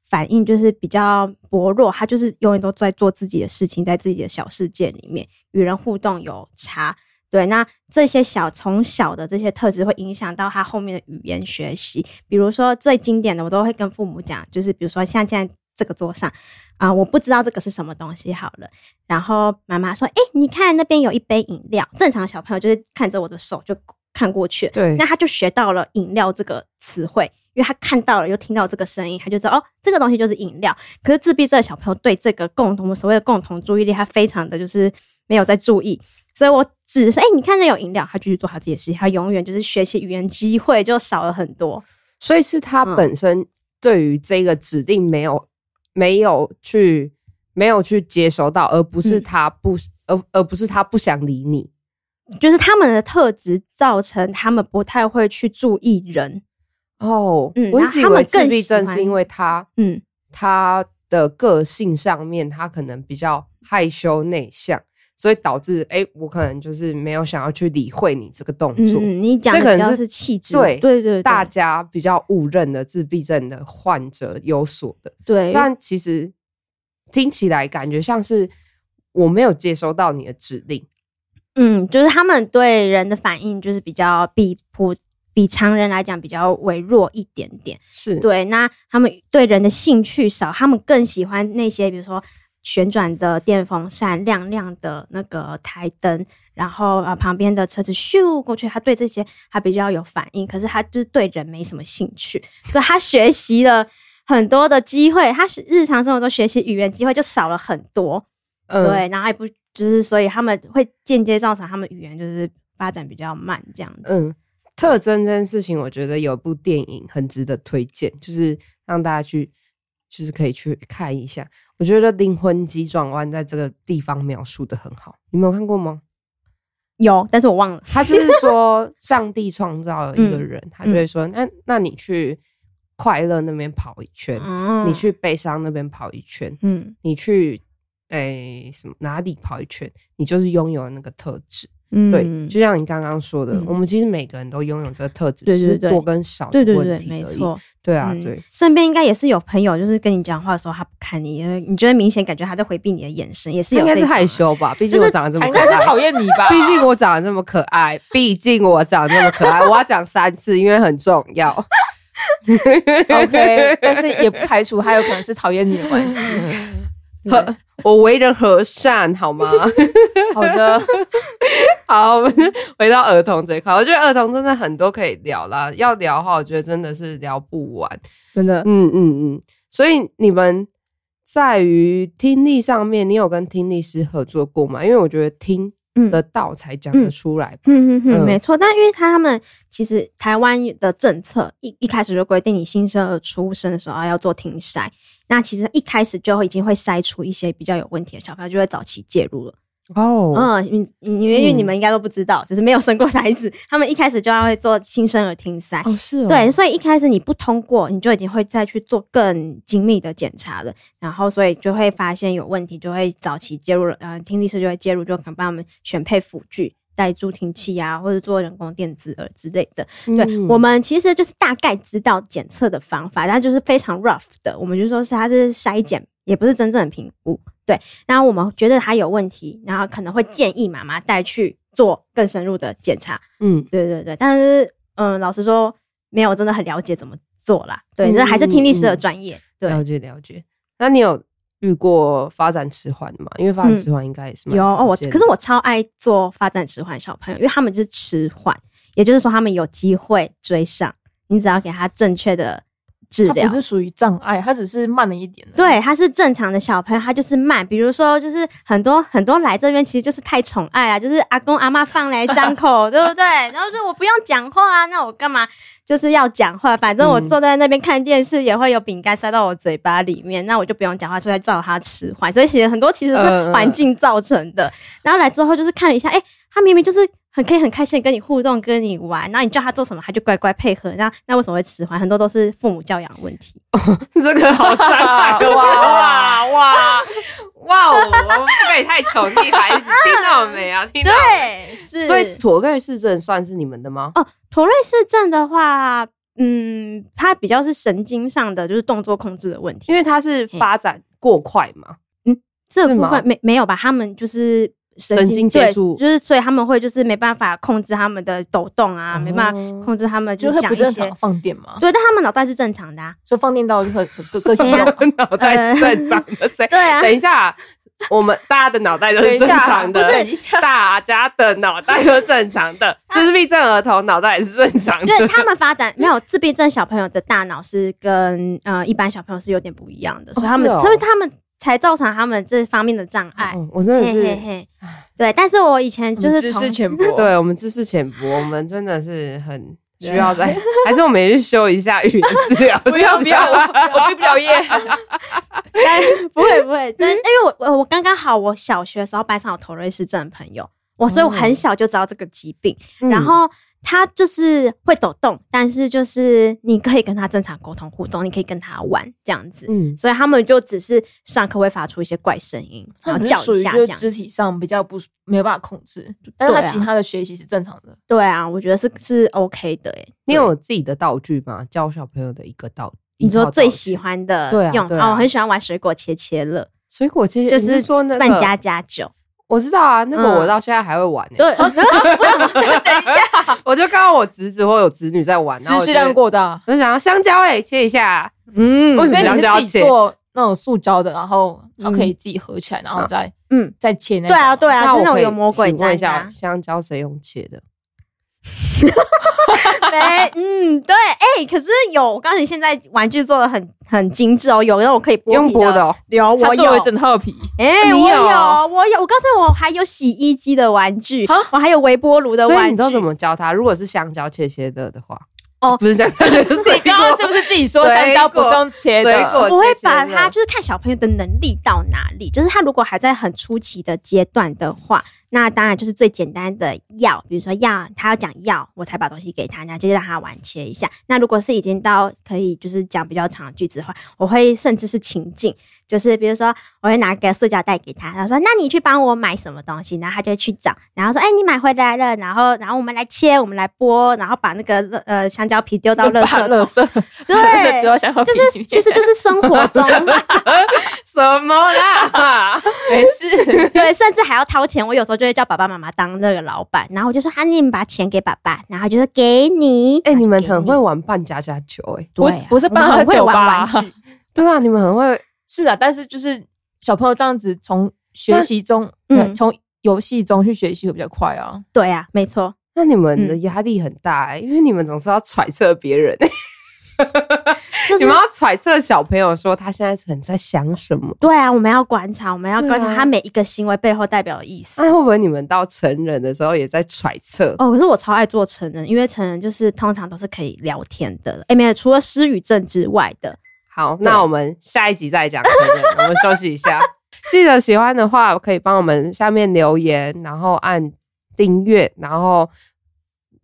反应就是比较薄弱，他就是永远都在做自己的事情，在自己的小世界里面与人互动有差。对，那这些小从小的这些特质会影响到他后面的语言学习。比如说最经典的，我都会跟父母讲，就是比如说像现在这个桌上啊、我不知道这个是什么东西，好了。然后妈妈说：“哎、你看那边有一杯饮料。”正常小朋友就是看着我的手就看过去了，对那他就学到了饮料这个词汇，因为他看到了又听到这个声音，他就知道哦，这个东西就是饮料。可是自闭症的小朋友对这个共同我们所谓的共同注意力，他非常的就是没有在注意，所以我只是哎、你看那有饮料，他继续做他自己的事情，他永远就是学习语言机会就少了很多。所以是他嗯本身对于这个指定没有、没有去没有去接收到，而不是嗯他不、而而不是他不想理你。就是他们的特质造成他们不太会去注意人，哦，嗯我一然后直以他们为自更闭喜症是欢因为他嗯，他的个性上面，他可能比较害羞内向，所以导致哎、诶我可能就是没有想要去理会你这个动嗯作。嗯，你讲的这可比较能是是气质，对对对，大对家比较误认的自闭症的患者有所的，对，但其实听起来感觉像是我没有接收到你的指令，嗯，就是他们对人的反应就是比较比普比常人来讲比较微弱一点点。是对对，那他们对人的兴趣少，他们更喜欢那些比如说旋转的电风扇、亮亮的那个台灯，然后啊、呃旁边的车子咻过去，他对这些他比较有反应，可是他就是对人没什么兴趣，所以他学习了很多的机会，他是日常生活中学习语言机会就少了很多。嗯对，然后也不就是，所以他们会间接造成他们语言就是发展比较慢这样子。嗯，特征这件事情，我觉得有部电影很值得推荐，就是让大家去，就是可以去看一下。我觉得《灵魂急转弯》在这个地方描述的很好，你们有看过吗？有，但是我忘了。他就是 说，上帝创造了嗯一个人，他就会说，那那你去快乐那边跑一圈，嗯你去悲伤那边跑一圈，嗯你去诶、什么哪里跑一圈，你就是拥有了那个特质。嗯对，就像你刚刚说的，嗯我们其实每个人都拥有这个特质，对只是对对多跟少的对对问对，题没而已。错。对啊，嗯对，身边应该也是有朋友，就是跟你讲话的时候，他不看你，呃你就会明显感觉他在回避你的眼神，也是他有应该是这种啊害。羞吧？毕竟就是我长得这他么应可该是爱，讨厌你吧？毕竟我长得这么可爱，毕竟我长得这么可爱，我要讲三次，因为很重要。 OK，但是也不排除他有可能是讨厌你的关系。 和我为人和善，好吗？好的， 好，我们 回到儿童这一块，我觉得儿童真的很多可以聊啦。要聊的话，我觉得真的是聊不完。真 的嗯嗯嗯，所以你们在于听力上面，你有跟听力师合作过吗？因为我觉得听嗯得到才讲得出来。嗯嗯嗯嗯，没错。但因为他们其实台湾的政策一一开始就规定，你新生儿出生的时候要做听筛。那其实一开始就已经会筛出一些比较有问题的小朋友，就会早期介入了。哦，嗯，你你因为嗯你们应该都不知道，就是没有生过孩子， 他们一开始就要会做新生儿听筛。哦是哦，对，所以一开始你不通过，你就已经会再去做更精密的检查了，然后所以就会发现有问题，就会早期介入了，呃，听力师就会介入，就可能帮他们选配辅具、带助听器啊，或者做人工电子耳之类的。对、嗯我们其实就是大概知道检测的方法，但就是非常 rough 的，我们就说是它是筛检，也不是真正的评估。对，然后我们觉得它有问题，然后可能会建议妈妈带去做更深入的检查。嗯对对对，但是嗯，老实说，没有真的很了解怎么做啦。对，嗯这还是听力师嗯的嗯专业。了解了解。那你有遇过发展迟缓的吗？因为发展迟缓应该也是对，嗯蛮有哦，常我见的可是我超爱做发展迟缓小朋友，因为他们就是迟缓，也就是说他们有机会追上，你只要给他正确的治他疗不。是属于障碍，他只是慢了一点而已。对，他是正常的小朋友，他就是慢。比如说，就是很多很多来这边其实就是太宠爱啦，就是阿公阿妈放来张 口，对不对？然后说我不用讲话啊，那我干嘛就是要讲话？反正我嗯坐在那边看电视也会有饼干塞到我嘴巴里面，那我就不用讲话，所以照他吃坏。所以其实很多其实嗯嗯是环境造成的。然后来之后就是看了一下，哎、他明明就是很可以很开心地跟你互动，跟你玩，然后你叫他做什么，他就乖乖配合。那那为什么会迟缓？很多都是父母教养问题。 这个好伤害哦哇 哇哇哇哦！我们不可以太宠溺孩子，听到没啊？听到没。对，是所以妥瑞氏症算是你们的吗？哦，妥瑞氏症的话，嗯，它比较是神经上的，就是动作控制的问题。因为它是发展过快嘛。这个部是吗分没没有吧？他们就是神神经对接触就是所以他们会就是没办法控制他们的抖动啊，没办哦法控制他们就是会讲不一正些常。放电嘛，对，但他们脑袋是正常的、啊。 嗯啊所以放电到就很各各各激哎呀动。脑袋是在长的谁？对啊，等一下，我们大家的脑袋都等是一正下，常不的，是等一 下，大家的脑袋都正常 的，自闭症儿童脑袋也是正常因为的。啊他们发展没有自闭症小朋友的大脑是跟呃一般小朋友是有点不一样的，所以他们是哦所以他们才造成他们这方面的障碍。嗯我真的嘿是，嘿嘿，对，但是我以前就你是知从识浅薄， 对我们知识浅薄，我们真的是很需要在，还是我们也去修一下语言治疗师？不要不要，我我毕不了 业。不会不会，真因为我呃我我刚刚好，我小学的时候班上有头瑞氏症的朋友，我所以我很小就知道这个疾病，嗯然后他就是会抖动，但是就是你可以跟他正常沟通互动，你可以跟他玩这样子。嗯，所以他们就只是上课会发出一些怪声音，然他后只叫是属一于下就这是样。肢体上比较不没有办法控制，但是他对啊其他的学习是正常的。对啊，我觉得是是 OK 的欸诶。你有自己的道具吗？教小朋友的一个道，你一说套最道具喜欢的对啊用对啊哦，我很喜欢玩水果切切乐，水果切，就你是是说那个扮家家酒。我知道啊，那个嗯我到现在还会玩、欸。 欸对，等一下，我就刚刚我侄子或有侄女在玩，然后知我识就量，过大。我就想要香蕉哎、切一下，嗯为什所么以要你这样是自己切做那种塑胶的，然后它可以自己合起来，然后嗯再嗯，再切那 对啊，种对啊，就我那种可以有魔鬼询问粘的一下啊。香蕉谁用切的？对，嗯，对，哎、可是有，我告诉你，现在玩具做的很很精致哦，有那种可以剥用皮剥的的，哦，有它我作有为，整套皮，哎、你我有有，我有，我告诉你，我还有洗衣机的玩具啊，我还有微波炉的所以玩你具都，怎么教他？如果是香蕉切切的的话，哦不是香蕉，就是 自己刚刚是不是自己说水香蕉不是用切的？水果我会把切切它的就是看小朋友的能力到哪里，就是他如果还在很初期的阶段的话，那当然就是最简单的药，比如说药，他要讲药，我才把东西给他，那就让他玩切一下。那如果是已经到可以就是讲比较长的句子的话，我会甚至是情境，就是比如说我会拿个塑胶袋给他，他说那你去帮我买什么东西，然后他就会去找，然后说哎、你买回来了，然后然后我们来切，我们来剥，然后把那个乐呃香蕉皮丢到垃圾把桶， 垃圾，对把垃圾丢到香蕉皮 就里面，是其实就是生活 中，什么啦？没事。对，甚至还要掏钱。我有时候就会叫爸爸妈妈当那个老板，然后我就说：“啊，你们把钱给爸爸。”然后就说：“给你。” 哎、你们然很后 给会玩扮家家酒哎、对啊不是不是我们帮他很会酒玩吧玩具，对啊，你们很会， 是的，但是就是小朋友这样子从学习中，嗯对从游戏中去学习会比较快啊。 对啊，没错，那你们的压力很大哎、因为你们总是要揣测别人、就 你是们要揣测小朋友说他现在可能在想什么。对啊，我们要观察，我们要观对察啊他每一个行为背后代表的意思。那啊会不会你们到成人的时候也在揣测？哦，可是我超爱做成人，因为成人就是通常都是可以聊天的，哎，没有，除了失语症之外的，好，那我们下一集再讲成人，我们休息一下。记得喜欢的话，可以帮我们下面留言，然后按订阅，然后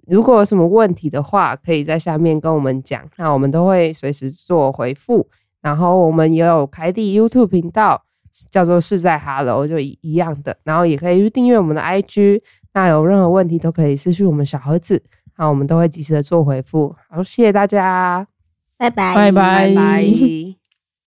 如果有什么问题的话，可以在下面跟我们讲，那我们都会随时做回复。然后我们也有开立 YouTube 频道，叫做是在 Hello，就一一样的。然后也可以去订阅我们的 IG，那有任何问题都可以私讯我们小盒子，那我们都会及时的做回复。好，谢谢大家，拜拜，拜拜拜拜。